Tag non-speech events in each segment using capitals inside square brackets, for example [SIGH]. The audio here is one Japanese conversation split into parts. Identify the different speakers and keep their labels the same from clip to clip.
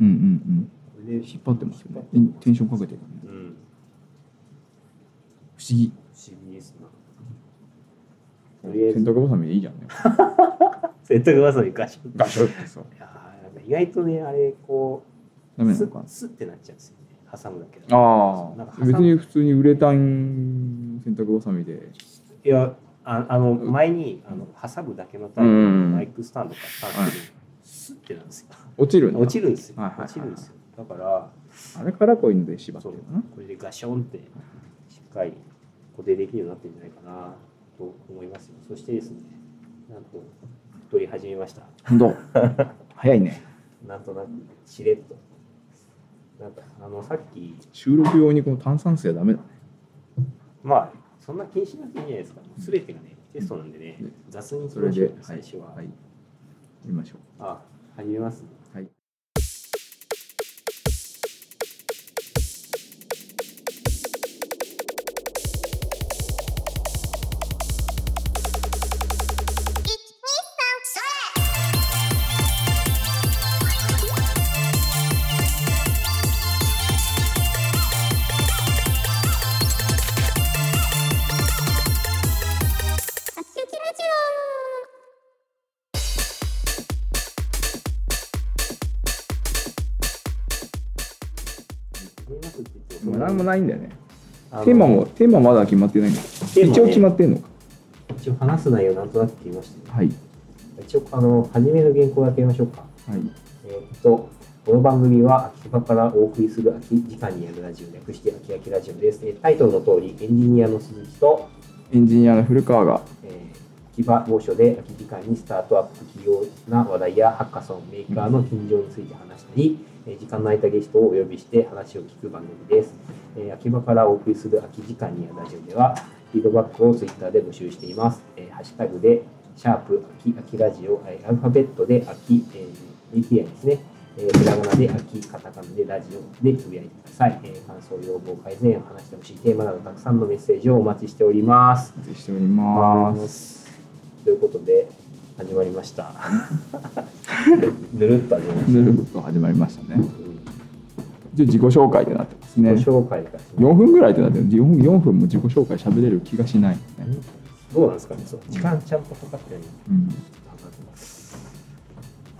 Speaker 1: うんうん
Speaker 2: これ
Speaker 1: うん
Speaker 2: ね
Speaker 1: 引っ張ってますよねテンテンションかけてるよね
Speaker 2: うん
Speaker 1: 不思議
Speaker 2: 不思議ですなとりあえず
Speaker 1: 洗濯ばさみでいいじゃんね
Speaker 2: 洗濯バサミガシャン
Speaker 1: ガシャってさ
Speaker 2: いやーなんか意外とねあれこ
Speaker 1: ダ
Speaker 2: う
Speaker 1: メな
Speaker 2: ス
Speaker 1: の
Speaker 2: ッ
Speaker 1: か
Speaker 2: スッってなっちゃうんですよね挟むだけだと
Speaker 1: あ
Speaker 2: なんか
Speaker 1: あ別に普通にウレタン洗濯ばさみで
Speaker 2: いやああの前にあの挟むだけのタイプ
Speaker 1: うんうんう
Speaker 2: の
Speaker 1: ん
Speaker 2: マイクスタンド買ったんですけど、スッてなんですよ
Speaker 1: 落ちるんだ
Speaker 2: 落ちるんですよ、
Speaker 1: はいはいはい
Speaker 2: 落ちるんですよだから
Speaker 1: あれからこういうので縛って
Speaker 2: そ
Speaker 1: る
Speaker 2: う
Speaker 1: のかな
Speaker 2: これでガションってしっかり固定できるようになってるんじゃないかなと思いますよそしてですねなんと太り始めました
Speaker 1: 本当早いね
Speaker 2: なんとなくしれっとなんかあのさっき
Speaker 1: 収録用にこの炭酸水はダメだね
Speaker 2: まあそんな気にしなくていいんじゃないですかもう全てがねテストなんでね
Speaker 1: うん
Speaker 2: 雑にいき
Speaker 1: それ
Speaker 2: ましょ
Speaker 1: で
Speaker 2: う
Speaker 1: は
Speaker 2: よ最初は、
Speaker 1: はい見ましょ
Speaker 2: あ始めます
Speaker 1: うはい
Speaker 2: 始めますって言って
Speaker 1: もう何もないんだよね
Speaker 2: あの
Speaker 1: テーマもテーマまだ決まってないんだ
Speaker 2: テーマね
Speaker 1: 一応決まってんのか
Speaker 2: 一応話す内容なんとなく言いましたよ
Speaker 1: はい
Speaker 2: 一応あの初めの原稿だけ見ましょうか
Speaker 1: はい
Speaker 2: えーっと、この番組は秋葉からお送りする秋時間にやるラジオ、略して秋秋ラジオです。えータイトルの通り、エンジニアの鈴木と、
Speaker 1: エンジニアの古川が
Speaker 2: えー秋葉某所で秋時間にスタートアップ企業な話題やハッカソン、メーカーの近所について話したり、えー時間の空いたゲストをお呼びして話を聞く番組です。えー秋葉からお送りする秋時間にやるラジオでは、フィードバックをツイッターで募集しています。えーハッシュタグで、シャープ、秋、秋ラジオ、えーアルファベットで秋、えー、DTI ですね。えー、ひらがなで秋、カタカナでラジオでつぶやいてください。えー感想、要望、改善、話してほしいテーマなどたくさんのメッセージをお待ちしております。
Speaker 1: お待ちしております
Speaker 2: ということで始まりました。ぬるっと始まりまし
Speaker 1: ぬるっと始まりましたね
Speaker 2: た。
Speaker 1: じゃあ自己紹介ってなってますね
Speaker 2: 自己紹介が、
Speaker 1: 4分ぐらいってなってる4分 ,4 分も自己紹介喋れる気がしないね、
Speaker 2: どうなんですかね。そう時間ちゃんと測ってない。
Speaker 1: うん、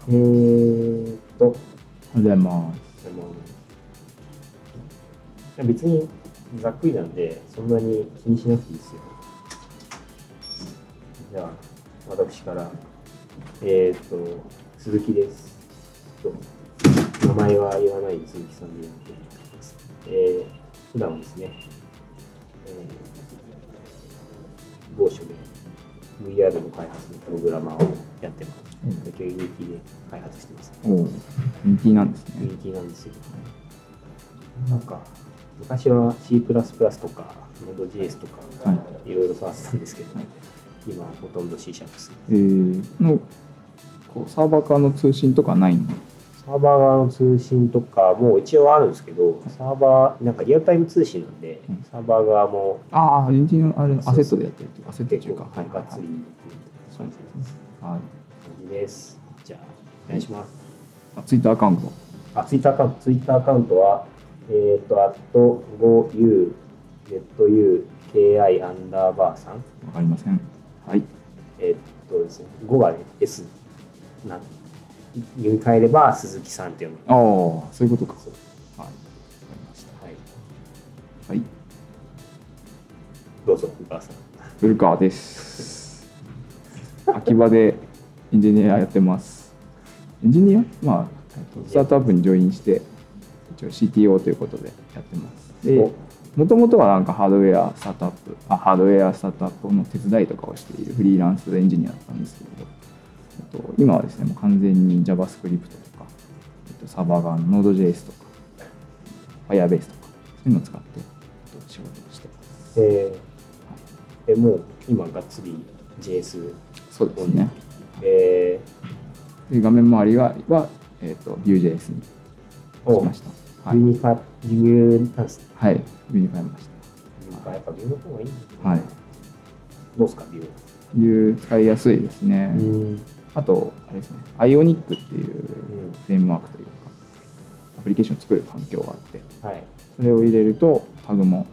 Speaker 2: えーっと、
Speaker 1: おはようございます
Speaker 2: でも別にざっくりなんでそんなに気にしなくていいですよ。じゃあ私からえーっと鈴木です。ちょっと名前は言わないで鈴木さんでやっています。えー、普段はですね、えー、某所で VR の開発のプログラマーをやってます。
Speaker 1: うん
Speaker 2: で、現役で開発してます。
Speaker 1: おお人気なんですね
Speaker 2: 人気なんですよ。なんか昔は C++ とか Node.js とか
Speaker 1: はい
Speaker 2: ろいろ触ってたんですけど、
Speaker 1: はい
Speaker 2: 今はほとんど C シャープス。
Speaker 1: えー、のこうサーバーからの通信とかないんで
Speaker 2: サーバー側の通信とかも一応あるんですけど、サーバー、なんかリアルタイム通信なんで
Speaker 1: うん、
Speaker 2: サーバー側も
Speaker 1: ああエンジニアのあれ
Speaker 2: そうそう
Speaker 1: アセットでやってるっていうかアセットって
Speaker 2: 結
Speaker 1: いう
Speaker 2: 構
Speaker 1: か
Speaker 2: がっつり
Speaker 1: そう
Speaker 2: 感
Speaker 1: ですねはい
Speaker 2: じです。じゃあ、お願いします。
Speaker 1: あツイッターアカウント
Speaker 2: あ、ツイッターアカウント、ツイッターアカウントは、えっ、と、アット 5UZUKI アンダーバーさん。
Speaker 1: わかりませんはい
Speaker 2: えっとですね、5がね S な読み替えれば鈴木さんって読む。
Speaker 1: ああそういうことか
Speaker 2: そう
Speaker 1: はいわかりまし
Speaker 2: はい、
Speaker 1: たはい
Speaker 2: どうぞ、お母さん。
Speaker 1: 古川です。秋葉でエンジニアやってます。エンジニアまあ、えっとスタートアップにジョインして、一応 CTO ということでやってます。で、もともとはなんかハードウェアスタートアップあ、ハードウェアスタートアップの手伝いとかをしているフリーランスエンジニアだったんですけど、えっと、今はですね、もう完全に JavaScript とか、えっと、サーバー側の Node.js とか、Firebase とか、そういうのを使って、えっと仕事をしてます。
Speaker 2: えーえもう今がっつり JS
Speaker 1: そうですね。
Speaker 2: え
Speaker 1: で画面周りがは、えー、と Vue.js にし
Speaker 2: ー、を
Speaker 1: ました。は
Speaker 2: ユ
Speaker 1: い、
Speaker 2: ニファ、ユニファなんすね。
Speaker 1: はい、Vue に変えました。
Speaker 2: ユニファやっぱビューの方がいいんだ
Speaker 1: はい。
Speaker 2: どうですか、ビュー。
Speaker 1: Vue 使いやすいですね。
Speaker 2: うん。
Speaker 1: あと、あれですね、Ionic ってい
Speaker 2: う
Speaker 1: う
Speaker 2: ん
Speaker 1: フレームワークというか、プリケーションを作る環境があって
Speaker 2: はい。
Speaker 1: それを入れるとタグも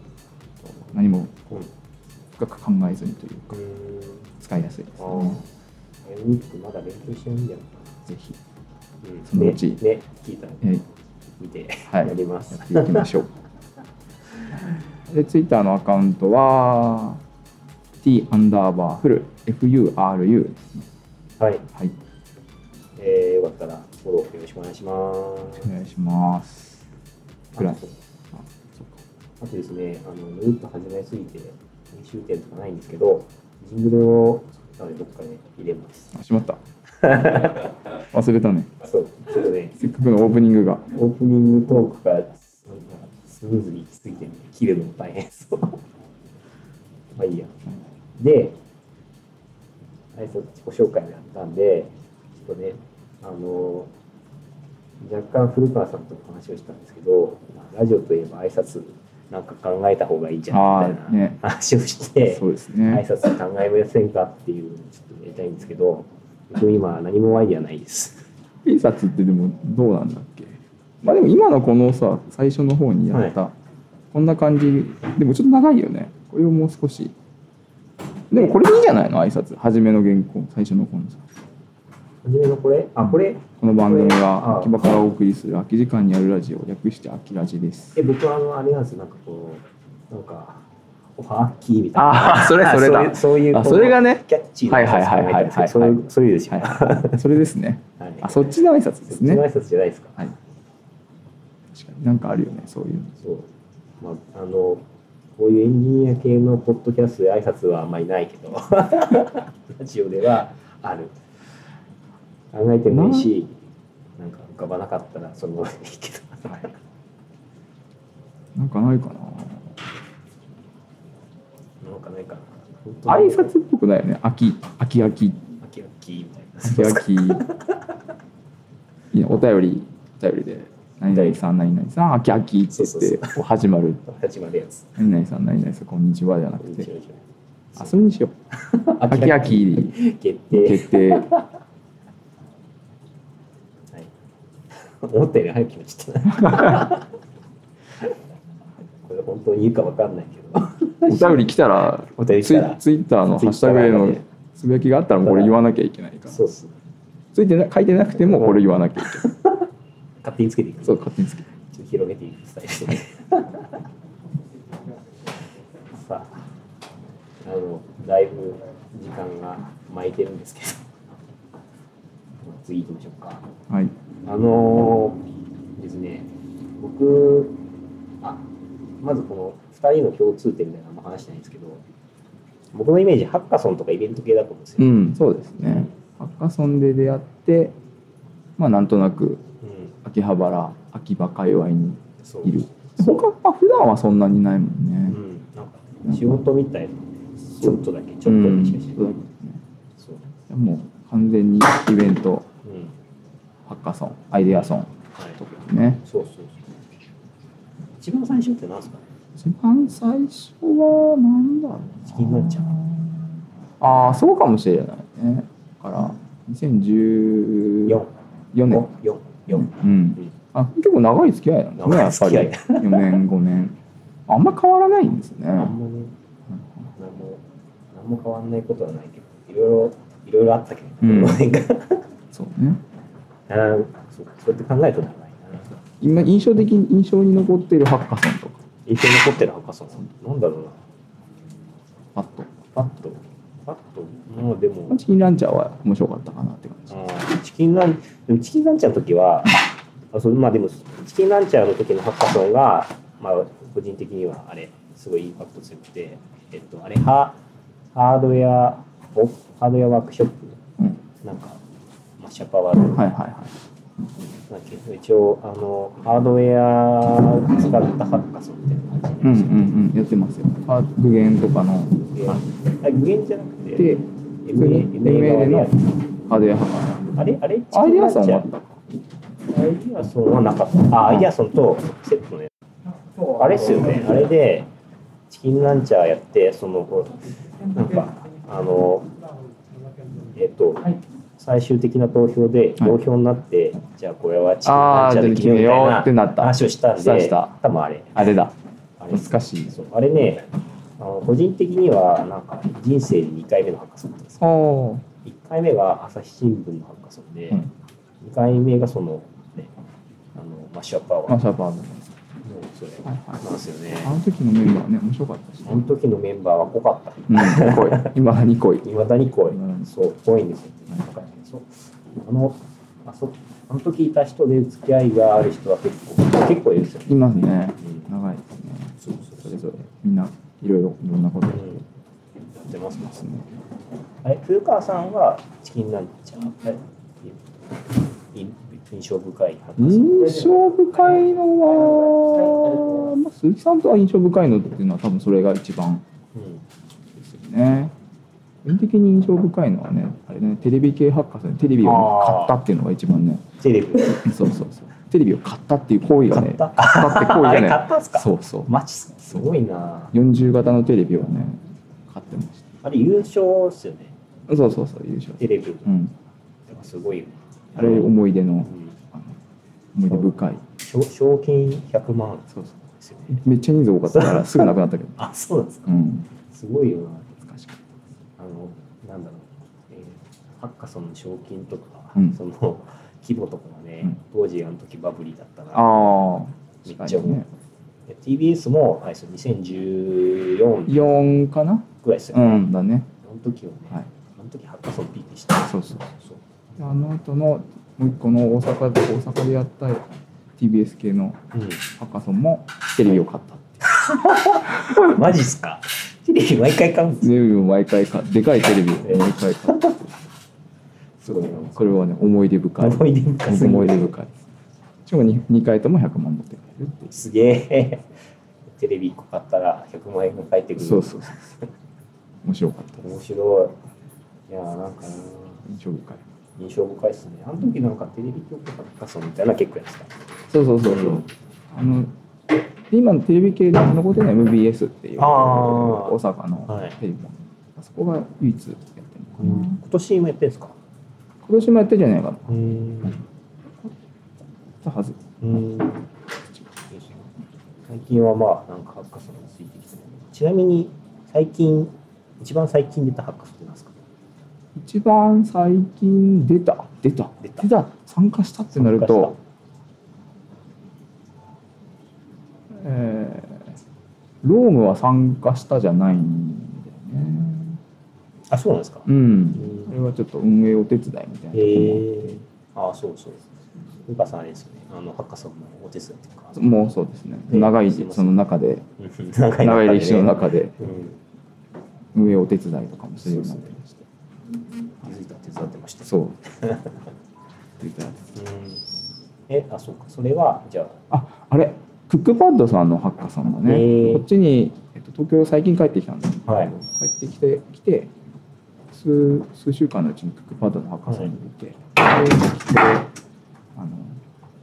Speaker 1: えっと何も
Speaker 2: うん。
Speaker 1: 深く考えずにというか
Speaker 2: うん。
Speaker 1: 使いやすいです
Speaker 2: あ
Speaker 1: ね
Speaker 2: あ。エムニックまだ勉強してないんだよ
Speaker 1: ぜひ
Speaker 2: な。うん。
Speaker 1: そのうち
Speaker 2: ね、ね聞いた。
Speaker 1: え
Speaker 2: 見て、
Speaker 1: はい
Speaker 2: やります。
Speaker 1: やっていきましょう [LAUGHS] でツイッターのアカウントは t アンダーバーフル furu ですね
Speaker 2: はい。
Speaker 1: はい
Speaker 2: えー、よかったらフォローよろしくお願いします。
Speaker 1: お願いしますくらい
Speaker 2: あそうあとですね、あの、ぬるっと始めすぎて、編集点とかないんですけど、ジングルを、なのでどっかで入れます。
Speaker 1: あしまった忘れたね
Speaker 2: そう、ちょっとね、
Speaker 1: せっかくのオープニングが
Speaker 2: オープニングトークがなんかスムーズにいきすぎて、切るのも大変そう。まあいいや。で、あいつ自己紹介をやったんで、ちょっとね、あの、若干古川さんとお話をしたんですけど、まあラジオといえば挨拶なんか考えた方がいいじゃんみた
Speaker 1: あー
Speaker 2: いな
Speaker 1: ね
Speaker 2: 話をして、
Speaker 1: そうです
Speaker 2: 挨
Speaker 1: ね
Speaker 2: 拶考えませんかっていうのをちょっとやりたいんですけど、僕今何もアイディアないです。
Speaker 1: 挨拶ってでもどうなんだっけまあでも今のこのさ最初の方にやった、こんな感じでもちょっと長いよねこれをもう少しでもこれでいいんじゃないの挨拶初めの原稿最初のこのさ
Speaker 2: 初めのこれあ、これ
Speaker 1: この番組
Speaker 2: あ
Speaker 1: は秋葉からお送りする空き時間にあるラジオ略して秋ラジです
Speaker 2: で僕はあのあれなんですよなんかこうなんかおはっきーみたいな
Speaker 1: ああそれそれだ
Speaker 2: そういうそういう
Speaker 1: あそれがね
Speaker 2: キャッチーな
Speaker 1: はいはいはいはいはいはい
Speaker 2: そういうそういうですよ、はい
Speaker 1: はいそれですねあそっちの挨拶ですね
Speaker 2: そっちの挨拶じゃないですか、
Speaker 1: はい確かになんかあるよねそういうの
Speaker 2: そうまああのこういうエンジニア系のポッドキャストで挨拶はあんまりないけど [LAUGHS] ラジオではある考えてもいいしなんか浮かばなかったらそのままでいいけど、
Speaker 1: なんかないか
Speaker 2: なんかないか
Speaker 1: な
Speaker 2: な
Speaker 1: 挨拶っぽくないよね秋秋秋
Speaker 2: あきあきみたいな
Speaker 1: 素焼き。いやお便り、お便りで、何々さん、何々さん、あきあきって
Speaker 2: そ
Speaker 1: 言
Speaker 2: う
Speaker 1: って、こう始まる。
Speaker 2: 始まるやつ
Speaker 1: 何々さん、何々さん、こんにちはじゃなくて。あ、それにしよう。
Speaker 2: あ
Speaker 1: あきあき
Speaker 2: 決定。
Speaker 1: 決定。
Speaker 2: [LAUGHS] はい思ったより早く決まっちゃったな。これ本当に言うかわかんないけど。
Speaker 1: お便り来たら、
Speaker 2: お便り来
Speaker 1: ツイ
Speaker 2: たら
Speaker 1: ツイッターのハッシュタグへのつぶやきがあったら、これ言わなきゃいけないから。
Speaker 2: そうっす。
Speaker 1: ついてな書いてなくても、これ言わなきゃいけない。
Speaker 2: 勝手につけていく。
Speaker 1: そう、
Speaker 2: ちょ
Speaker 1: 勝手につけて。
Speaker 2: っと広げていくスタイルで。さあ、あのだいぶ時間が巻いてるんですけど。次行きましょうか。
Speaker 1: はい。
Speaker 2: あのーですね、僕、あまずこの2人の共通点みたいなのも話したいんですけど、僕のイメージ、ハッカソンとかイベント系だと思うんです
Speaker 1: う
Speaker 2: よ。
Speaker 1: ん、そうですね。ハッカソンで出会って、まあ、なんとなく、
Speaker 2: うん、
Speaker 1: 秋葉原、秋葉界隈に
Speaker 2: そう
Speaker 1: いる。他は普段はそんなにないも
Speaker 2: うん
Speaker 1: ね。
Speaker 2: ん、なんか仕事みたいな、ちょっとだけ、ちょっとだけしかしない。
Speaker 1: うん
Speaker 2: そう
Speaker 1: そうだねもう完全にイベント、
Speaker 2: うん
Speaker 1: ハッカソン、アイデアソン
Speaker 2: はい、
Speaker 1: とかね。
Speaker 2: そうそうそう。一番最初ってなんですかね
Speaker 1: 一番最初はなんだろうな。
Speaker 2: 好きになっちゃう
Speaker 1: ああ、そうかもしれないね。だから2014
Speaker 2: ?4、
Speaker 1: 年。
Speaker 2: 4、4、4。
Speaker 1: うん。あ、結構長い付き合いなんだね、やっぱり。
Speaker 2: 長い
Speaker 1: 4年、5年。あんま変わらないんですね。
Speaker 2: あんまね、なんも、なんも変わんないことはないけど、いろいろ、いろいろあったけど、
Speaker 1: うん
Speaker 2: この辺が。
Speaker 1: そうね。
Speaker 2: あーそうそうやって考えたらないな。
Speaker 1: 今印象的に印象に残っているハッカソンとか、
Speaker 2: 印象に残ってる博士さん。なんだろうな。
Speaker 1: パッと。
Speaker 2: パッと。パッと。もうでも、
Speaker 1: チキンランチャーは面白かったかなって感
Speaker 2: あ
Speaker 1: じ。
Speaker 2: ーチキンラン、でもチキンランチャーの時は、あそうまあでも、チキンランチャーの時の博士さんが、まあ、個人的にはあれ、すごいインパクト強くて、えっと、あれ、ハハードウェア、おハードウェアワークショップ、
Speaker 1: うん。
Speaker 2: なんか、まあ、シャパワード
Speaker 1: はいはいはい。
Speaker 2: なんだっけ一応、あの、ハードウェア使った博士さんみたいな感じ
Speaker 1: う
Speaker 2: で
Speaker 1: んうんうん。やってますよ。あ具現とかの、
Speaker 2: あ、無限じゃなくて
Speaker 1: で、、ML のアデアハッ
Speaker 2: あれあれ
Speaker 1: カ。アイデアソンはあったか。
Speaker 2: アイデアソンはなかった。あ、アイデアソンとセットのやつ。あれっすよね。あれで、チキンランチャーやって、その、こうなんか、あの、えっ、と、最終的な投票で
Speaker 1: はい
Speaker 2: 同票になって、じゃあこれはチーム
Speaker 1: あ
Speaker 2: なん
Speaker 1: あ
Speaker 2: ち
Speaker 1: じ
Speaker 2: ゃ
Speaker 1: ゃあ
Speaker 2: で
Speaker 1: 決
Speaker 2: 決め
Speaker 1: め
Speaker 2: み
Speaker 1: よう
Speaker 2: た
Speaker 1: って
Speaker 2: いな
Speaker 1: なった
Speaker 2: 話をしたん
Speaker 1: した
Speaker 2: で
Speaker 1: した
Speaker 2: 多分あれ
Speaker 1: あれだ
Speaker 2: あれ
Speaker 1: 懐かしい
Speaker 2: そうあれねあの個人的にはなんか人生で2回目のハッカソンなんですよ
Speaker 1: おお
Speaker 2: 1回目が朝日新聞のハッカソンで、
Speaker 1: う
Speaker 2: 二
Speaker 1: ん
Speaker 2: 2回目がその,、ね、あのマッシュアップアワー
Speaker 1: マ
Speaker 2: の
Speaker 1: シャーバード
Speaker 2: それ
Speaker 1: はいはい
Speaker 2: なんですよね
Speaker 1: あの時のメンバーね面白かったし
Speaker 2: あの時のメンバーは濃かった
Speaker 1: うん濃い今だに濃い
Speaker 2: いまだに濃い、
Speaker 1: うん
Speaker 2: そう濃いんですよ、
Speaker 1: うん
Speaker 2: なんかねそうあのあそあの時いた人で付き合いがある人は結構結構いるんですよ
Speaker 1: い
Speaker 2: ね、
Speaker 1: ますね
Speaker 2: うん、
Speaker 1: 長いですね
Speaker 2: そう
Speaker 1: そ
Speaker 2: そう
Speaker 1: れ
Speaker 2: そ
Speaker 1: ぞ
Speaker 2: う
Speaker 1: れみんないろいろいろんなこと
Speaker 2: う
Speaker 1: やっ
Speaker 2: んやってます
Speaker 1: て
Speaker 2: もん
Speaker 1: ますね
Speaker 2: あれ古川さんはチキンランチャーあれいい印象深い話
Speaker 1: 印象深いのは、まあ、鈴木さんとは印象深いのっていうのは多分それが一番
Speaker 2: うん
Speaker 1: ですよね個人的に印象深いのはねあれねテレビ系ハッカーさんテレビをね、
Speaker 2: あー
Speaker 1: 買ったっていうのが一番ね
Speaker 2: テレビ
Speaker 1: そうそうそうテレビを買ったっていう行為が
Speaker 2: 買
Speaker 1: ね
Speaker 2: った
Speaker 1: 買ったって
Speaker 2: [LAUGHS]
Speaker 1: 行
Speaker 2: あ
Speaker 1: 為
Speaker 2: れ買
Speaker 1: がね
Speaker 2: ったんすか
Speaker 1: そうそう
Speaker 2: マジっすかすごいな
Speaker 1: 40型のテレビをね買ってまし
Speaker 2: あれ優勝っすよね
Speaker 1: たそうそうそう優勝
Speaker 2: テレビ
Speaker 1: うん
Speaker 2: すごいよね
Speaker 1: あれ思い出
Speaker 2: う
Speaker 1: の
Speaker 2: ん
Speaker 1: あの思い出深い
Speaker 2: 賞賞金100万で
Speaker 1: そうそう
Speaker 2: すよね
Speaker 1: めっちゃ人数多かったからすぐなくなったけど
Speaker 2: あそうなんですか
Speaker 1: うん
Speaker 2: すごいよな
Speaker 1: 懐かしかった
Speaker 2: あのなんだろう、えーハッカソンの賞金とか、
Speaker 1: うん
Speaker 2: その規模とかがね、
Speaker 1: うん
Speaker 2: 当時あの時バブリーだったな
Speaker 1: ああ
Speaker 2: めっちゃ思う TBS も、はい、そう2014
Speaker 1: 4かな
Speaker 2: ぐらいですよ
Speaker 1: う
Speaker 2: ね、
Speaker 1: んだね
Speaker 2: あの時はね、
Speaker 1: はい
Speaker 2: あの時ハッカソンピークでした
Speaker 1: そうそう
Speaker 2: そう
Speaker 1: であの後のもう一個の大阪で大阪でやった TBS 系のハッカソンもテレビを買ったって
Speaker 2: うん、マジっすかテレビ毎回買うんです
Speaker 1: テレビを毎回買っでかいテレビを毎回買った
Speaker 2: すごいな
Speaker 1: これはね思い出深い
Speaker 2: 思い出深すぎる
Speaker 1: 思い出深いしかも 2, 二回とも100万持って帰るってい
Speaker 2: すげえテレビ1個買ったら100万円が返って
Speaker 1: う
Speaker 2: くる
Speaker 1: そうそうそうそう面白かったです
Speaker 2: 面白いいやーなんかな
Speaker 1: 印象深い
Speaker 2: 印象深いですねあの時なんかテレビ局とかハッカソンみたいなの結構やってた
Speaker 1: そうそうそうそう、あので今のテレビ系で残ってるのは MBS っていう
Speaker 2: あー
Speaker 1: 大阪
Speaker 2: は
Speaker 1: の
Speaker 2: い
Speaker 1: テレビも、あそこが唯一やってるのかな、
Speaker 2: 今年もやってんすか
Speaker 1: 今年もやってるんじゃないかな
Speaker 2: うん
Speaker 1: たはず
Speaker 2: うん最近はまあなんかハッカソンがついてきてるちなみに最近一番最近出たハッカソンって何ですか
Speaker 1: 一番最近出た出た
Speaker 2: 出
Speaker 1: 出
Speaker 2: た
Speaker 1: た参加したってなるとえーロームは参加したじゃないんだよね
Speaker 2: あそうなんですか
Speaker 1: う
Speaker 2: うんん
Speaker 1: これはちょっと運営お手伝いみたいな、
Speaker 2: へえあそうそうルカさんあれですよねあのハッカソンのお手伝いとか
Speaker 1: もうそうですね、
Speaker 2: えー
Speaker 1: 長い
Speaker 2: すいません
Speaker 1: その中で
Speaker 2: うん長
Speaker 1: 長
Speaker 2: 中
Speaker 1: い
Speaker 2: でね
Speaker 1: 歴史の中で
Speaker 2: うん
Speaker 1: 運営お手伝いとかもするようになってまして
Speaker 2: 気づいたら手伝ってました
Speaker 1: そう手伝って
Speaker 2: うんえあそうかそれはじゃあ
Speaker 1: ああれクックパッドさんのハッカさんだね、
Speaker 2: へー
Speaker 1: こっちに、えっと、東京最近帰ってきたんです
Speaker 2: はい
Speaker 1: 帰ってきてきて数数週間のうちにクックパッドのハッカさんに出て、でであの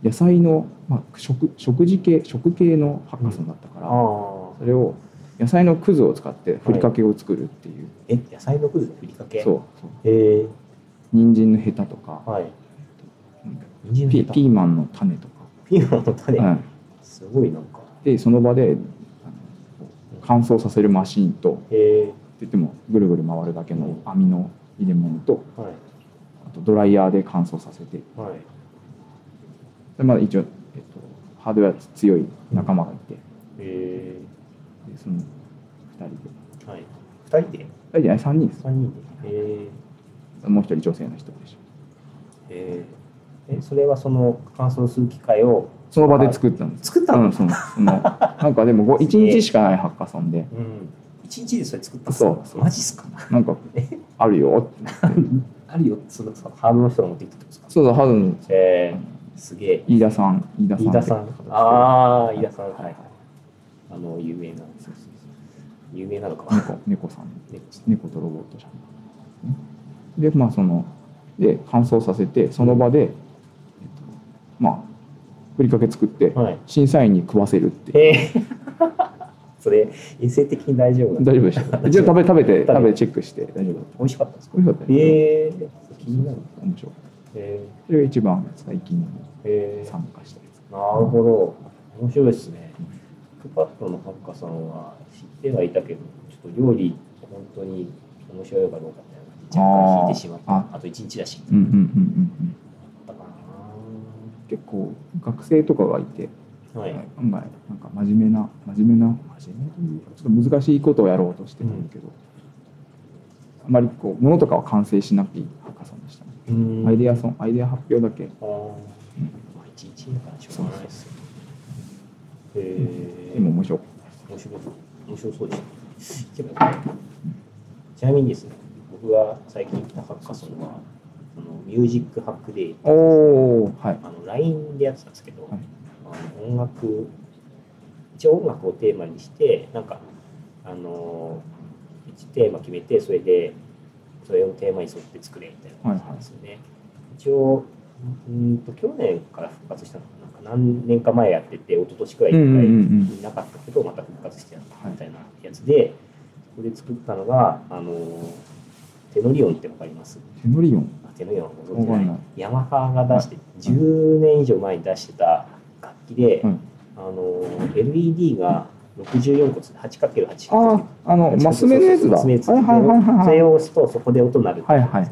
Speaker 1: 野菜の、まあ、食食事系食系のハッカソンだったから、
Speaker 2: ああ
Speaker 1: それを野菜のくずを使ってふりかけを作るっていう、
Speaker 2: え野菜のくずでふりかけ
Speaker 1: そうそう
Speaker 2: うへえ
Speaker 1: 人参のヘタとか
Speaker 2: はい
Speaker 1: なんか
Speaker 2: 人参
Speaker 1: ピ
Speaker 2: の
Speaker 1: ピーマンの種とか、
Speaker 2: ピーマンの種、
Speaker 1: うん、
Speaker 2: すごいなんか
Speaker 1: でその場であのこう乾燥させるマシンと
Speaker 2: へえ
Speaker 1: って言ってもぐるぐる回るだけの網の入れ物と
Speaker 2: はい
Speaker 1: あとドライヤーで乾燥させて
Speaker 2: はい
Speaker 1: でまあ一応、えっと、ハードウェア強い仲間がいてで
Speaker 2: え
Speaker 1: その2人で
Speaker 2: ー、はい二人で
Speaker 1: 2人じゃない3人です
Speaker 2: 三人でへ
Speaker 1: もう一人女性の人でしょ
Speaker 2: えへええそれはその乾燥する機械を
Speaker 1: その場で作ったんです
Speaker 2: 作った
Speaker 1: う
Speaker 2: の
Speaker 1: ん、そのそのなんかでも1日しかないハッカソンで
Speaker 2: うん一日でそれ作ったの
Speaker 1: そうそう
Speaker 2: マジっすか
Speaker 1: なんか
Speaker 2: え
Speaker 1: あるよって
Speaker 2: あるよそのそのハードの人が持ってきたってことですか
Speaker 1: そうそうハードの
Speaker 2: へえすげえ
Speaker 1: 飯田さん飯田さん
Speaker 2: 飯田さん
Speaker 1: あ
Speaker 2: ああ飯田さんはい
Speaker 1: は
Speaker 2: はいいあの有名な
Speaker 1: そうそうそう
Speaker 2: 有名なのか [LAUGHS] な
Speaker 1: 猫猫さん
Speaker 2: 猫さん
Speaker 1: 猫とロボットじゃんでまあそので乾燥させてその場で、えっと、まあふりかけ作って
Speaker 2: はい
Speaker 1: 審査員に食わせるっていう、
Speaker 2: へえそれ衛生的に大丈夫なの [LAUGHS]
Speaker 1: 大丈夫でした一応食べ食べて
Speaker 2: 食べて
Speaker 1: 食べチェックして大丈夫だっ
Speaker 2: 美味しかったんですか
Speaker 1: た美味しかった
Speaker 2: ええ聞気になる。
Speaker 1: 面白かった
Speaker 2: え
Speaker 1: それが一番最近
Speaker 2: ー、えー、な
Speaker 1: 参加したやつ
Speaker 2: るほど。面白いですね。クパッドのハッカさんは知ってはいたけど、ちょっと料理、本当に面白いかどうかっていうのが若干引いてしまった。
Speaker 1: あ
Speaker 2: あ
Speaker 1: ー
Speaker 2: と一日だし。
Speaker 1: うんうんうんうん
Speaker 2: だか
Speaker 1: うん結構学生とかがいて、
Speaker 2: なはい。
Speaker 1: 案外なんか真面目な真面目な真面目というかちょっと難しいことをやろうとしてるんだけど、あまりこうものとかは完成しなくていいハッカソンでしたね、
Speaker 2: うん
Speaker 1: アイデアソンアイデア発表だけ
Speaker 2: あーまあ、一日だからしょうがないですよ。へえ
Speaker 1: でも面白かっ
Speaker 2: 面白い面白そうでした。でもちなみにですね、僕が最近行ったハッカソンは、そのミュージックハックデー、
Speaker 1: たおおはい
Speaker 2: あの LINE でやってたんですけど、
Speaker 1: はい
Speaker 2: あの音楽、一応音楽をテーマにして、なんか、あの1テーマ決めて、それで、それをテーマに沿って作れみたいな感じなんですよね。一応、うーんと去年から復活したのかな、なんか何年か前やってて、一昨年くらいに一回。いなかったけどまた復活してやったみたいなやつで、そこで作ったのがあのーテノリオンってわかります
Speaker 1: テノリオン
Speaker 2: あテノリオンご存知な
Speaker 1: わか
Speaker 2: い
Speaker 1: んない
Speaker 2: ヤマハが出して10年以上前に出してた楽器で、
Speaker 1: うん
Speaker 2: あのー LED が64個つ 8×8
Speaker 1: あああのマス目のやつだ
Speaker 2: マス目のやつ
Speaker 1: はいはいはいはい
Speaker 2: そ
Speaker 1: はい
Speaker 2: れを押すとそこで音鳴る、
Speaker 1: はいはい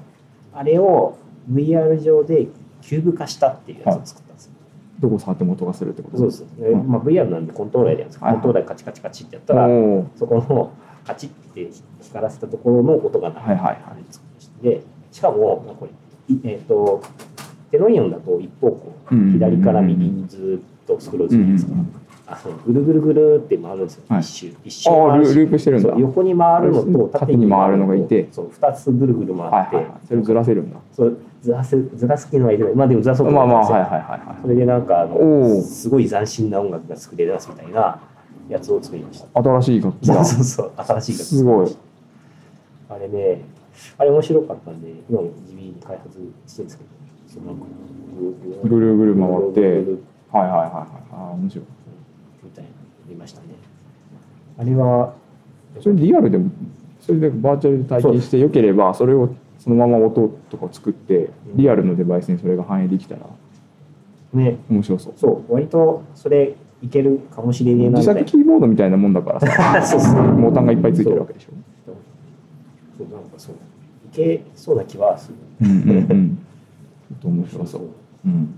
Speaker 2: あれを VR 上でキューブ化したっていうやつを作ったんですよ、
Speaker 1: どこ触っても音がするってこと
Speaker 2: そうです、で
Speaker 1: うん
Speaker 2: まあ、VR なんでコントローラーやるんですか、
Speaker 1: はいはい
Speaker 2: コントローラーカチカチカチってやった
Speaker 1: お
Speaker 2: ら
Speaker 1: お
Speaker 2: そこのカチッて光らせたところの音が鳴る
Speaker 1: はいはいはい
Speaker 2: でしかもこれいえっ、とテロイオンだと一方向
Speaker 1: うんうんうんうん
Speaker 2: 左から右にずっとスクロールするんですか、
Speaker 1: うんうんうん
Speaker 2: あそうぐるぐるぐるって回るんですよ、
Speaker 1: はい
Speaker 2: 一周一周
Speaker 1: あ
Speaker 2: 回
Speaker 1: あル
Speaker 2: るし
Speaker 1: ループしてるんだ
Speaker 2: そう
Speaker 1: は
Speaker 2: 横に回るのと
Speaker 1: 縦に回るのがいて
Speaker 2: そう2つぐるぐる
Speaker 1: い
Speaker 2: 回っ
Speaker 1: はい
Speaker 2: て、
Speaker 1: はいそれずらせるんだ
Speaker 2: そうずらせずらす機能はいるまあでもずらそうと
Speaker 1: まあまあ
Speaker 2: 思っ
Speaker 1: はい
Speaker 2: たん
Speaker 1: は
Speaker 2: ですよ
Speaker 1: いはいはい
Speaker 2: それでなんかあの
Speaker 1: おー
Speaker 2: すごい斬新な音楽が作れますみたいなやつを作りました
Speaker 1: 新しい楽器
Speaker 2: そ
Speaker 1: だ
Speaker 2: う。そうそう、新しい楽器
Speaker 1: すごい。
Speaker 2: あれね、あれ面白かったんで、今も地味に開発してるんですけど、そのぐ
Speaker 1: ぐるぐる回っ
Speaker 2: ぐ
Speaker 1: て
Speaker 2: るぐる
Speaker 1: はいはいはいはい。ああ、面白い。
Speaker 2: みたいなのやりましたね。あれは、
Speaker 1: それリアルでも、それでバーチャルで体験してよければ、それをそのまま音とかを作って、リアルのデバイスにそれが反映できたら
Speaker 2: ね、
Speaker 1: 面白そう。
Speaker 2: そう、割とそれいけるかもしれねえな
Speaker 1: 自
Speaker 2: みたい
Speaker 1: 作
Speaker 2: な。
Speaker 1: キーボードみたいなもんだから
Speaker 2: [LAUGHS]
Speaker 1: さ、
Speaker 2: そうそう
Speaker 1: ボタンがいっぱいついてるわけでしょ。
Speaker 2: そう、なんかそう、いけそうな気はする。
Speaker 1: うんうんうん。ちょっと面白そう。うん。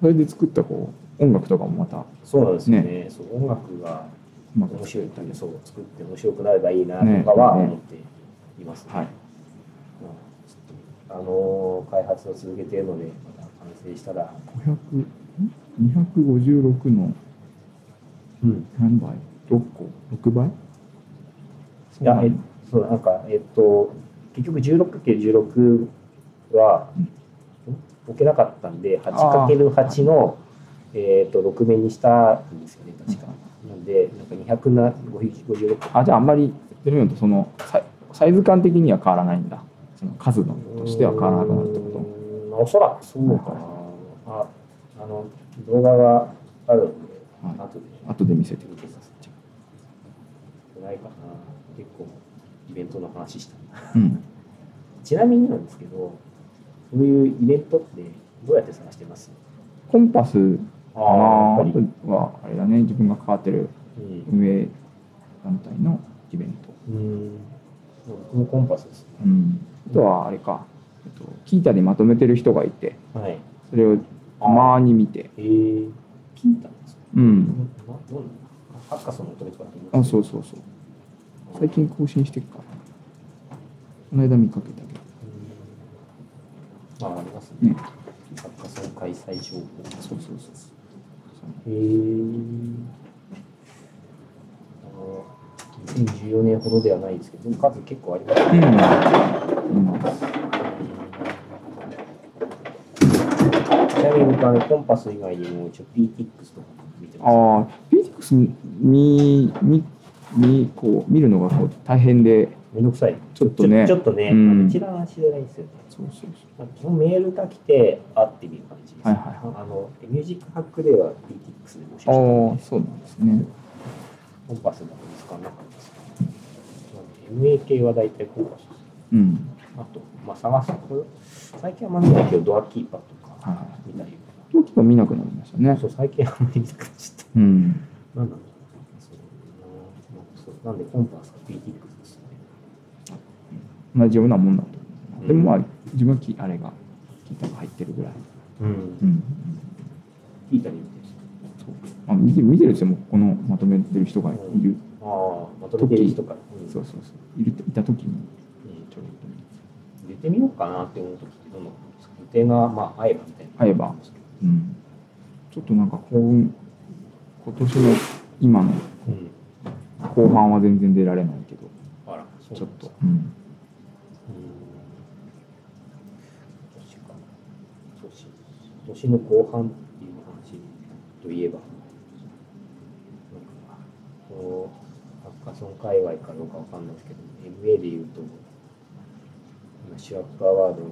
Speaker 1: それで作ったこう音楽とかもまたう
Speaker 2: そうなんですよね。そう音楽が
Speaker 1: まく
Speaker 2: 面
Speaker 1: 作
Speaker 2: 白
Speaker 1: っ
Speaker 2: い
Speaker 1: たり
Speaker 2: そう作って面白くなればいいなとかは思っています、
Speaker 1: はい。
Speaker 2: あのー開発を続けているのでまた完成したら、
Speaker 1: 500ん256の
Speaker 2: うん、
Speaker 1: 何倍 ?6 個 ?6 倍
Speaker 2: いやえそうなんかえっと結局 16×16 は、置けなかったんで 8×8 のえっと6面にしたんですよね確か、なんでなんか200な556
Speaker 1: あじゃああんまりテレビオンとそのサイサイズ感的には変わらないんだその数のとしては変わらなくなるって
Speaker 2: う
Speaker 1: こ
Speaker 2: ーんおそらくそうかな、ああの動画があるので、
Speaker 1: はい
Speaker 2: 後で
Speaker 1: と後で見せてく
Speaker 2: 見てくださいないかな結構イベントの話した
Speaker 1: ださい、うん、
Speaker 2: ちなみになんですけどそういうイベントってどうやって探してます
Speaker 1: コンパスか
Speaker 2: あ
Speaker 1: なあ
Speaker 2: やっぱり
Speaker 1: とはあれだね自分が関わってる
Speaker 2: うん
Speaker 1: 運営団体のイベント、
Speaker 2: うん僕もコンパスですね
Speaker 1: うん、あとはあれか、えっと、キータでまとめてる人がいて
Speaker 2: はい
Speaker 1: それをたまに見て
Speaker 2: えー、キンタなんですか
Speaker 1: う
Speaker 2: な
Speaker 1: ん
Speaker 2: どうなのハッカソンのとかって
Speaker 1: あそうそうそう最近更新してっからこの間見かけたけど
Speaker 2: まあありますね
Speaker 1: ね
Speaker 2: ハッカソン開催情報
Speaker 1: そうそうそうそう
Speaker 2: へえあの2014年ほどではないですけど数結構あります
Speaker 1: うん、うん
Speaker 2: ちなみに僕あのコンパス以外にも一応 PTX とかも見てます。
Speaker 1: ああ、PTX 見、見、見、こう、見るのがこう大変で、
Speaker 2: めんどくさい。
Speaker 1: ちょっとね
Speaker 2: ちょちょっとね、
Speaker 1: う
Speaker 2: うんちらの話じゃないんですよね。
Speaker 1: そうそうそう。
Speaker 2: まあ基本メールが来て会ってみる感じです。
Speaker 1: はいはいは
Speaker 2: あのミュージックハックでは PTX で募集してた
Speaker 1: あ
Speaker 2: ん
Speaker 1: あ、
Speaker 2: で、
Speaker 1: そうなんですね。
Speaker 2: コンパスが見つからなかったです。なので MA 系は大体コンパスです。
Speaker 1: うん。
Speaker 2: あと、まあ、探すこれ最近はあんま見ないけど、ドアキーパーとか
Speaker 1: は
Speaker 2: 見たり、
Speaker 1: い。結構見なくなりましたね。
Speaker 2: そう、最近あんまり見なくなっちゃっ
Speaker 1: うん。
Speaker 2: た。なんだろうなそうなんかそうなんで、コンパスか PTX ですね。
Speaker 1: 同じようなもんだと思
Speaker 2: うん
Speaker 1: うな。でもまあ、自分はきあれが、ギターが入ってるぐらい。
Speaker 2: うん
Speaker 1: う。ん。
Speaker 2: 聞いたり見てるし。
Speaker 1: まあ、見て見てる人も、このまとめてる人がいる。
Speaker 2: ああ、まとめてる人から。うん
Speaker 1: そうそうそう。いるいた時に、
Speaker 2: うん
Speaker 1: ちょろっと見て。
Speaker 2: 入れてみようかなって思う時ってどの予定がまあ合えばみたいな
Speaker 1: 合えばうん。ちょっとなんか幸運、今年の今の
Speaker 2: うん
Speaker 1: 後半は全然出られないけど、
Speaker 2: あらそう
Speaker 1: ちょっ
Speaker 2: う
Speaker 1: と。うん。
Speaker 2: ん年か年年の後半っていう話といえばなんかこうハッカソン界隈かどうかわかんないですけど MA でいうと今シュアップアワードの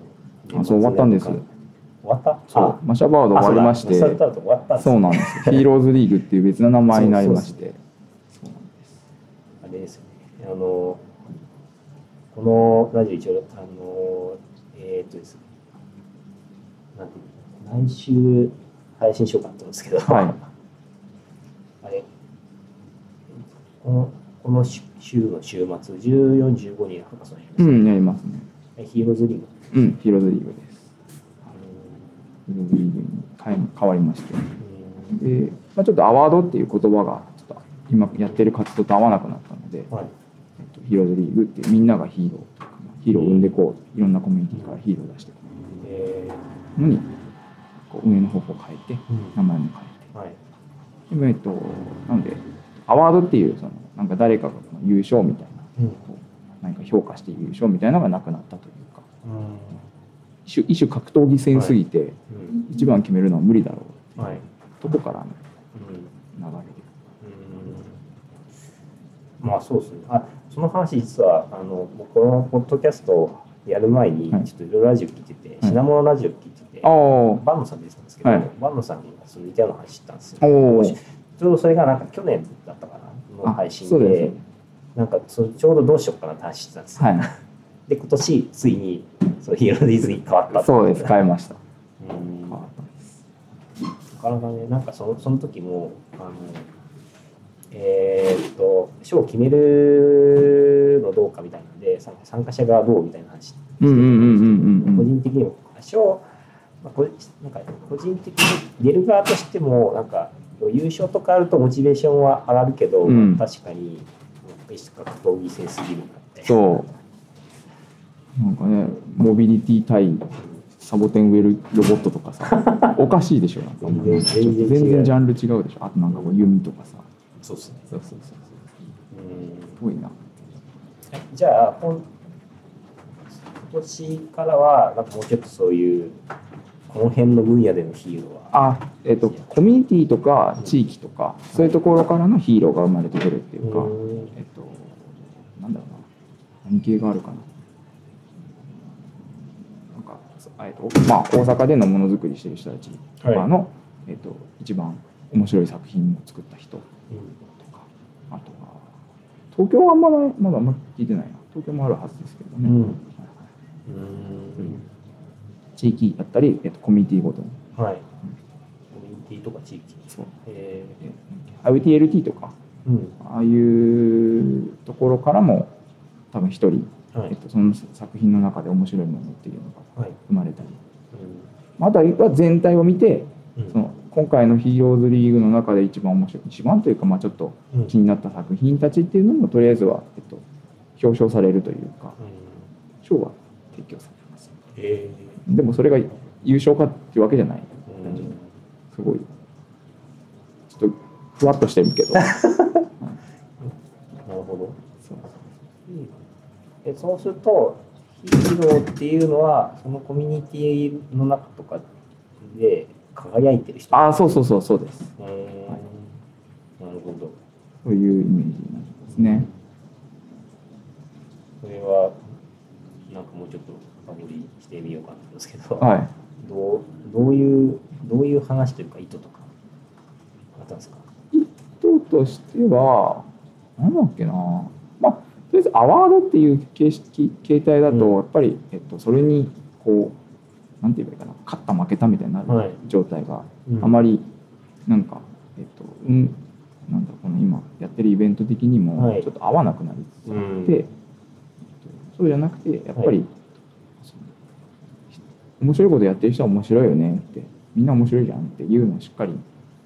Speaker 2: 年末
Speaker 1: あそう終わったんです
Speaker 2: 終わった
Speaker 1: そう。マシャバード終わりまして。
Speaker 2: あそうだマスターズアウト終わったんです
Speaker 1: そうなん [LAUGHS] です。ヒーローズリーグっていう別の名前になりまして。そうなんです。
Speaker 2: あれですよね。あの、このラジオ一応、あの、えーっとですね、なんていうの来週配信しようかと思うんですけど、
Speaker 1: はい
Speaker 2: あれ、この、この週週の週末、14、15に博士のやり
Speaker 1: う
Speaker 2: ます
Speaker 1: ん、やりますね。
Speaker 2: えヒーローズリーグ。
Speaker 1: うん、ヒーローズリーグです。
Speaker 2: あの
Speaker 1: ヒーローズリーグに変え変わりまして。
Speaker 2: うん
Speaker 1: で、まあ、ちょっとアワードっていう言葉が、ちょっと今やってる活動と合わなくなったので、
Speaker 2: はい。
Speaker 1: えっとヒーローズリーグっていうみんながヒーローとか、ヒーローを生んでこう、いろんなコミュニティからヒーローを出していく
Speaker 2: え
Speaker 1: のに、こう運営の方法を変えて、
Speaker 2: ー
Speaker 1: 名前も
Speaker 2: は
Speaker 1: 変えて。
Speaker 2: い。
Speaker 1: でもえっと、なので、アワードっていう、その、なんか誰かが優勝みたいな。
Speaker 2: うん。
Speaker 1: こう何か評価して優勝みたいなのがなくなったというか
Speaker 2: うん。
Speaker 1: 一種一種格闘技戦すぎて
Speaker 2: うん。
Speaker 1: 一番決めるのは無理だろう
Speaker 2: はい。
Speaker 1: とこからの
Speaker 2: うん。
Speaker 1: 流れ
Speaker 2: うんまあそうですね。あその話実はあの僕このポッドキャストをやる前に
Speaker 1: はい
Speaker 2: ちょっといろいろラジオ聞いてて、品物ラジオ聞いてて、
Speaker 1: でああお
Speaker 2: バンノさんですんですけど、
Speaker 1: はい
Speaker 2: バンノさんがその似たような話したんですよ。
Speaker 1: お
Speaker 2: ちょうどそれがなんか去年だったかなの配信
Speaker 1: そう
Speaker 2: で
Speaker 1: ですね
Speaker 2: なんかそちょうどどうしようかなって話してたんですよ。
Speaker 1: は
Speaker 2: で今年ついにそのヒーローディズニー変わった
Speaker 1: いそうです変えました
Speaker 2: うん
Speaker 1: 変わ
Speaker 2: な
Speaker 1: ったです
Speaker 2: かなかねなんかそのその時もあのえーっと賞を決めるのどうかみたいなんで参参加者がどうみたいな話
Speaker 1: うんうんうんうん
Speaker 2: 個
Speaker 1: うん
Speaker 2: 人的にも賞、まあ、こなんか個人的に出る側としてもなんか優勝とかあるとモチベーションは上がるけど、
Speaker 1: うん
Speaker 2: まあ確かに一種格闘技戦すぎるなって
Speaker 1: そうなんかねモビリティ対サボテンウェルロボットとか [LAUGHS] さおかしいでしょなんかもう
Speaker 2: 全然全然違う
Speaker 1: 全然ジャンル違うでしょあとなんかこう弓とかさ
Speaker 2: そうですね
Speaker 1: そうそうそう
Speaker 2: うん
Speaker 1: すごいな
Speaker 2: じゃあこん今年からはなんかもうちょっとそういうこの辺の分野でのヒーローは
Speaker 1: あ、えっとコミュニティとか地域とか、そういうところからのヒーローが生まれてくるっていうか、
Speaker 2: うん
Speaker 1: えっとなんだろうな何系があるかななんか、そうあえっとまあ、大阪でのものづくりしてる人たちとかの、えっと、一番面白い作品を作った人とかあとは東京はあんまだまだあんま聞いてないな東京もあるはずですけどね、
Speaker 2: うん
Speaker 1: はい
Speaker 2: うん
Speaker 1: 地域だったり、えっと、コミュニティごとに
Speaker 2: はいコミュニティとか地域
Speaker 1: そう
Speaker 2: え
Speaker 1: え IoTLT とか
Speaker 2: ーうん
Speaker 1: ああいうところからも多分一人、
Speaker 2: は
Speaker 1: えっ
Speaker 2: い
Speaker 1: と、その作品の中で面白いものっていうのが
Speaker 2: はい
Speaker 1: 生まれたりまたは全体を見て
Speaker 2: うんうん
Speaker 1: その今回のヒーローズリーグの中で一番面白い一番というか、まあ、ちょっと
Speaker 2: うん
Speaker 1: 気になった作品たちっていうのもとりあえずは、えっと、表彰されるというか賞は提供されます
Speaker 2: え
Speaker 1: でもそれが優勝かっていうわけじゃない
Speaker 2: ーうん
Speaker 1: すごいちょっとふわっとしてるけ
Speaker 2: [LAUGHS]
Speaker 1: ど
Speaker 2: なるほど
Speaker 1: そう
Speaker 2: えそうするとヒーローっていうのはそのコミュニティの中とかで輝いてる人
Speaker 1: ああそうそうそうそうです
Speaker 2: うーんなるほど。
Speaker 1: そういうイメージになりますね。
Speaker 2: それは、なんかもうちょっと深掘りしてみようかなと思うんですけど、
Speaker 1: はい。
Speaker 2: どうどういう、どういう話というか、意図とか、あったんですか
Speaker 1: 人としては、なんだっけな。まあ、とりあえずアワードっていう形式形態だと
Speaker 2: うん
Speaker 1: やっぱり、えっと、それにこうなんて言えばいいかな勝った負けたみたいになる
Speaker 2: はい
Speaker 1: 状態が
Speaker 2: うん
Speaker 1: あまりなんか、えっとうん、なんだこの今やってるイベント的に
Speaker 2: は
Speaker 1: も
Speaker 2: い
Speaker 1: ちょっと合わなくなりつつあって、
Speaker 2: うん
Speaker 1: えっとそうじゃなくてやっぱ
Speaker 2: は
Speaker 1: り、その面白いことやってる人は面白いよねってみんな面白いじゃんっていうのをしっかり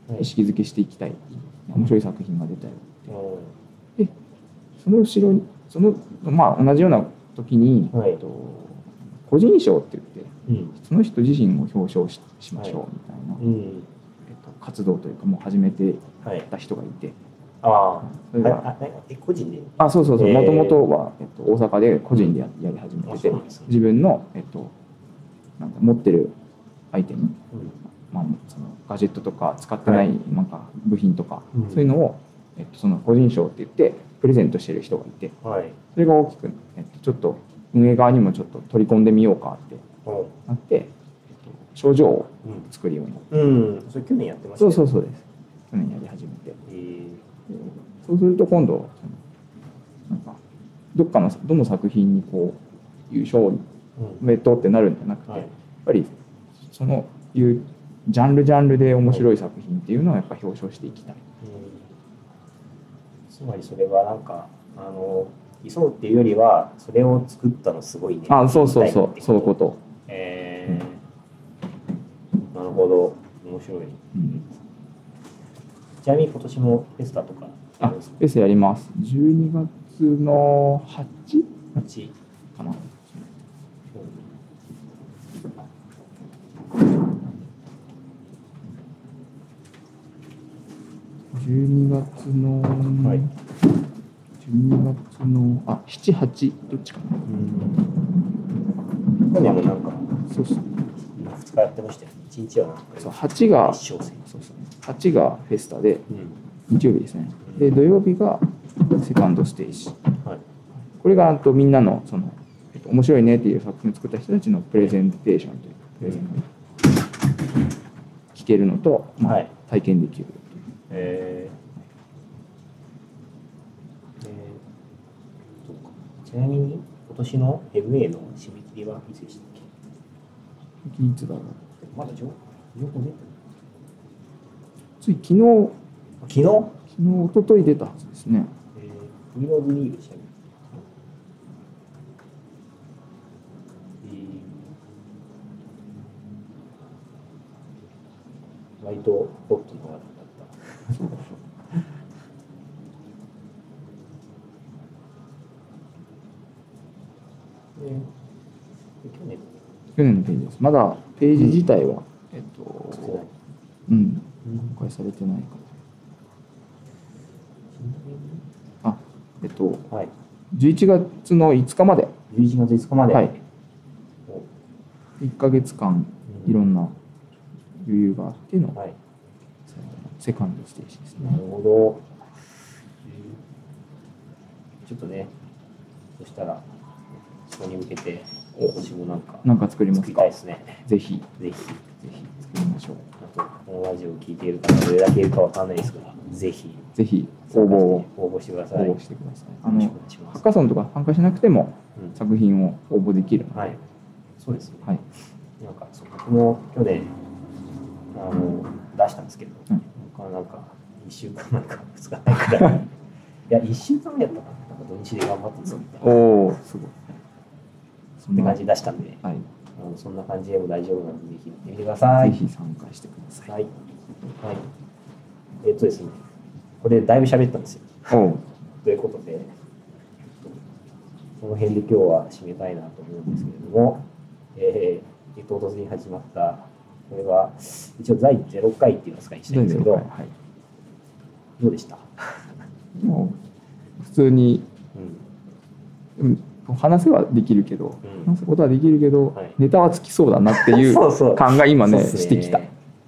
Speaker 2: はい
Speaker 1: 意識づけしていきたい面白い作品が出たよ
Speaker 2: う
Speaker 1: その後ろにその、まあ、同じような時に、
Speaker 2: はい
Speaker 1: えっと、個人賞って言って
Speaker 2: ん
Speaker 1: その人自身を表彰ししましょうみたいな、
Speaker 2: うん
Speaker 1: えっと、活動というかもう始めて
Speaker 2: はい
Speaker 1: た人がいて
Speaker 2: ああ
Speaker 1: それが、
Speaker 2: ああえ個人で
Speaker 1: あそうそうそう
Speaker 2: えー
Speaker 1: もともとは、えっと、大阪で個人でややり始め
Speaker 2: あ
Speaker 1: て
Speaker 2: そ
Speaker 1: て
Speaker 2: うなんですね
Speaker 1: 自分の、えっと、なんか持ってる相手に、
Speaker 2: うん
Speaker 1: まあ、そのガジェットとか使ってない
Speaker 2: は
Speaker 1: なんか部品とか、
Speaker 2: うん
Speaker 1: そういうのを、えっと、その個人賞って言ってプレゼントしてる人がいて。
Speaker 2: はい
Speaker 1: それが大きく、えっと、ちょっと運営側にもちょっと取り込んでみようかって
Speaker 2: うん
Speaker 1: なって、えっと、症状を
Speaker 2: うん
Speaker 1: 作るようになって
Speaker 2: うんそれ去年やってましたよ
Speaker 1: そう
Speaker 2: ね
Speaker 1: そうそうです去年やり始めて
Speaker 2: えー
Speaker 1: でそうすると今度なんかどっかのどの作品にこう優勝お
Speaker 2: うん
Speaker 1: めでとうってなるんじゃなくて、
Speaker 2: は
Speaker 1: や
Speaker 2: い
Speaker 1: っぱりそのいうジャンルジャンルで面白い作品っていうのはやっぱ表彰していきたい。
Speaker 2: うんつまりそれはなんかあの急うっていうよりはそれを作ったのすごいね
Speaker 1: あそうそうそ
Speaker 2: みたいなってこ
Speaker 1: う
Speaker 2: と
Speaker 1: そういうこと。
Speaker 2: えー、なるほど面白い
Speaker 1: うん
Speaker 2: ちなみに今年もフェスタとかあ
Speaker 1: あ
Speaker 2: るんですか
Speaker 1: フェスやります。12月の 8?
Speaker 2: うち
Speaker 1: かな。12月の、
Speaker 2: はい
Speaker 1: 12月のあ七八どっちかな
Speaker 2: うん去年もなんか
Speaker 1: そうそう
Speaker 2: 2日やってましたよね1日はなんか
Speaker 1: そう八が
Speaker 2: 一生戦
Speaker 1: そうそう八がフェスタで
Speaker 2: うん
Speaker 1: 日曜日ですねで土曜日がセカンドステージ
Speaker 2: はい
Speaker 1: これがあとみんなのその、えっと、面白いねっていう作品を作った人たちのプレゼンテーションというプレゼンが聞けるのと、まあ
Speaker 2: はい
Speaker 1: 体験できる
Speaker 2: えーえーそうかちなみに今年の MA の締め切りはいつでしたっけ
Speaker 1: いつだろう
Speaker 2: まだ情報情報出て
Speaker 1: つい昨日
Speaker 2: 昨日、えー、
Speaker 1: 昨日一昨日出たはずですね
Speaker 2: フリーローズリーグでしたねえー割とホットな話題だった。でで去年
Speaker 1: 去年のページですまだページ自体は、えっ
Speaker 2: 来てな
Speaker 1: と
Speaker 2: い。
Speaker 1: うん
Speaker 2: うん
Speaker 1: 公開されてないかもあえっと
Speaker 2: はい。
Speaker 1: 11月の5日まで
Speaker 2: 11月5日まで。
Speaker 1: はい
Speaker 2: おう
Speaker 1: 1か月間
Speaker 2: ん
Speaker 1: いろんな余裕があっての、
Speaker 2: はい。
Speaker 1: セカンドステージです
Speaker 2: な
Speaker 1: ね
Speaker 2: るほど。ちょっとね、そしたら、そこに向けて、私もなんか、
Speaker 1: なんか作りま
Speaker 2: 作
Speaker 1: す
Speaker 2: り
Speaker 1: か
Speaker 2: たいですね。
Speaker 1: ぜひぜ
Speaker 2: ぜひ。
Speaker 1: ひ作りましょう
Speaker 2: あと、このラジオを聞いている方、どれだけいるかわかんないですから、ぜひ、
Speaker 1: ぜひ応募を
Speaker 2: 応募してくだ
Speaker 1: 応
Speaker 2: さい。よ
Speaker 1: 募
Speaker 2: ろし
Speaker 1: し
Speaker 2: く
Speaker 1: てください
Speaker 2: お
Speaker 1: あ
Speaker 2: 願い
Speaker 1: の
Speaker 2: しま
Speaker 1: ハッ
Speaker 2: す。
Speaker 1: カソンとか参加しなくても
Speaker 2: うん
Speaker 1: 作品を応募できるので、
Speaker 2: はい。そうですね。
Speaker 1: はい
Speaker 2: なんかそう僕も去年あの出したんですけど、
Speaker 1: うん
Speaker 2: 僕はなんか1週間なんか2日ないくら
Speaker 1: [LAUGHS]
Speaker 2: いいや1週間ぐらいやったかななんか土日で頑張って作ったっ
Speaker 1: おおすごいそん
Speaker 2: て
Speaker 1: な
Speaker 2: 感じで出したんで
Speaker 1: はい
Speaker 2: あのそんな感じでも大丈夫なんでぜひやってみてください
Speaker 1: ぜひ参加してください。
Speaker 2: はい、はい、えっとですねこれだいぶ喋ったんですよ
Speaker 1: おう
Speaker 2: ということでこの辺で今日は締めたいなと思うんですけれども、えー、えっと突然始まったこれは一応第0回っていう扱いにしたいんですけど
Speaker 1: はい。
Speaker 2: どうでした、
Speaker 1: もう普通に
Speaker 2: うん、
Speaker 1: うん話せはできるけど、
Speaker 2: うん
Speaker 1: 話すことはできるけど、
Speaker 2: はい
Speaker 1: ネタはつきそうだなってい
Speaker 2: [LAUGHS] そううそう
Speaker 1: 感が今ね
Speaker 2: そうっす
Speaker 1: してきた。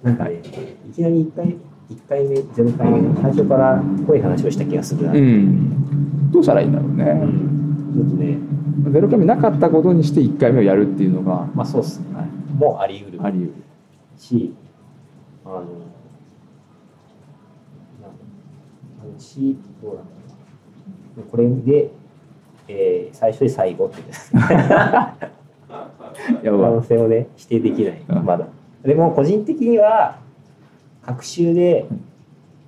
Speaker 2: なんかねいきなり1回一回目0回目最初から濃い話をした気がするな、
Speaker 1: う
Speaker 2: うん
Speaker 1: ん。どうしたらいいんだろうね。
Speaker 2: ちょっとね
Speaker 1: ゼロ回目なかったことにして一回目をやるっていうのが
Speaker 2: まあそうっすねもうあり得る
Speaker 1: あり得る。
Speaker 2: し、あの、なんだあのし、どうなんだろうな。これで、えー最初で最後っていう
Speaker 1: [LAUGHS] や
Speaker 2: 可
Speaker 1: ば
Speaker 2: 能性をね否定できない
Speaker 1: うん
Speaker 2: まだでも個人的には学習で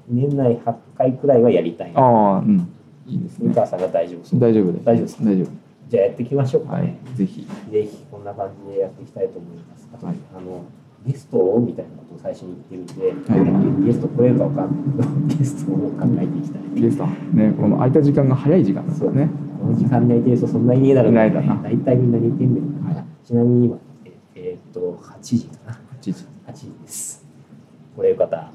Speaker 2: 年内8回くらいはやりたい
Speaker 1: ああうんいいです
Speaker 2: 古
Speaker 1: ね
Speaker 2: 川さんが大丈夫そう
Speaker 1: 大丈夫です
Speaker 2: 大丈夫です
Speaker 1: 大丈
Speaker 2: じゃあやっていきましょう
Speaker 1: 夫
Speaker 2: か
Speaker 1: は
Speaker 2: ね、
Speaker 1: いぜひ
Speaker 2: ぜひこんな感じでやっていきたいと思いますあと、
Speaker 1: はい
Speaker 2: あのゲストをみたいなことを最初に言ってるんで、
Speaker 1: は
Speaker 2: ゲスト来れるかわかんないけ [LAUGHS] どゲストを考えていきたい
Speaker 1: ゲストねこの空いた時間が早い時間ですよね
Speaker 2: この時間に空いてる人そんなにねえだろう
Speaker 1: いないだな
Speaker 2: 大体みんな寝てんだよな、
Speaker 1: は
Speaker 2: ちなみに今ええーっと8時かな
Speaker 1: 8時
Speaker 2: 8時です。これよかったら、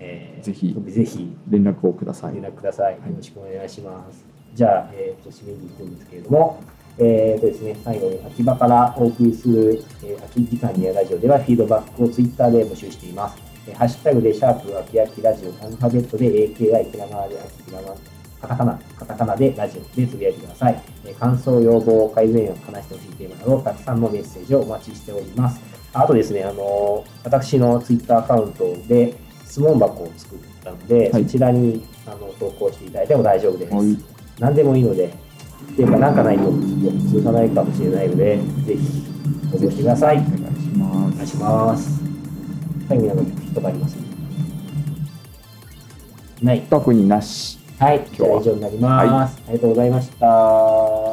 Speaker 2: えー
Speaker 1: ぜひ
Speaker 2: ぜひ
Speaker 1: 連絡をください
Speaker 2: 連絡ください。よろしくお願いします。じゃあ、えー、と締めに行くんですけれども、えーとですね、最後に秋葉からお送りする、えー秋時間にやラジオではフィードバックをツイッターで募集しています。えーハッシュタグで、シャープ、秋秋ラジオ、アルファベットで AKI、ひらがなで秋ひらがな、カタカナ、カタカナでラジオでつぶやいてください。えー感想、要望、改善案、話してほしいテーマなど、たくさんのメッセージをお待ちしております。あとですね、あのー私のツイッターアカウントで質問箱を作ったので、
Speaker 1: はい
Speaker 2: そちらにあの投稿していただいても大丈夫です。
Speaker 1: はい
Speaker 2: 何でもいいので、っていうか、なんかないとちょっと続かないかもしれないので、ぜひ応募してください。
Speaker 1: お願いしま
Speaker 2: お願
Speaker 1: す
Speaker 2: いします。はい、皆さん、人があります。ない。
Speaker 1: 特になし
Speaker 2: はい、じゃあ以上になります。ありがとうございました。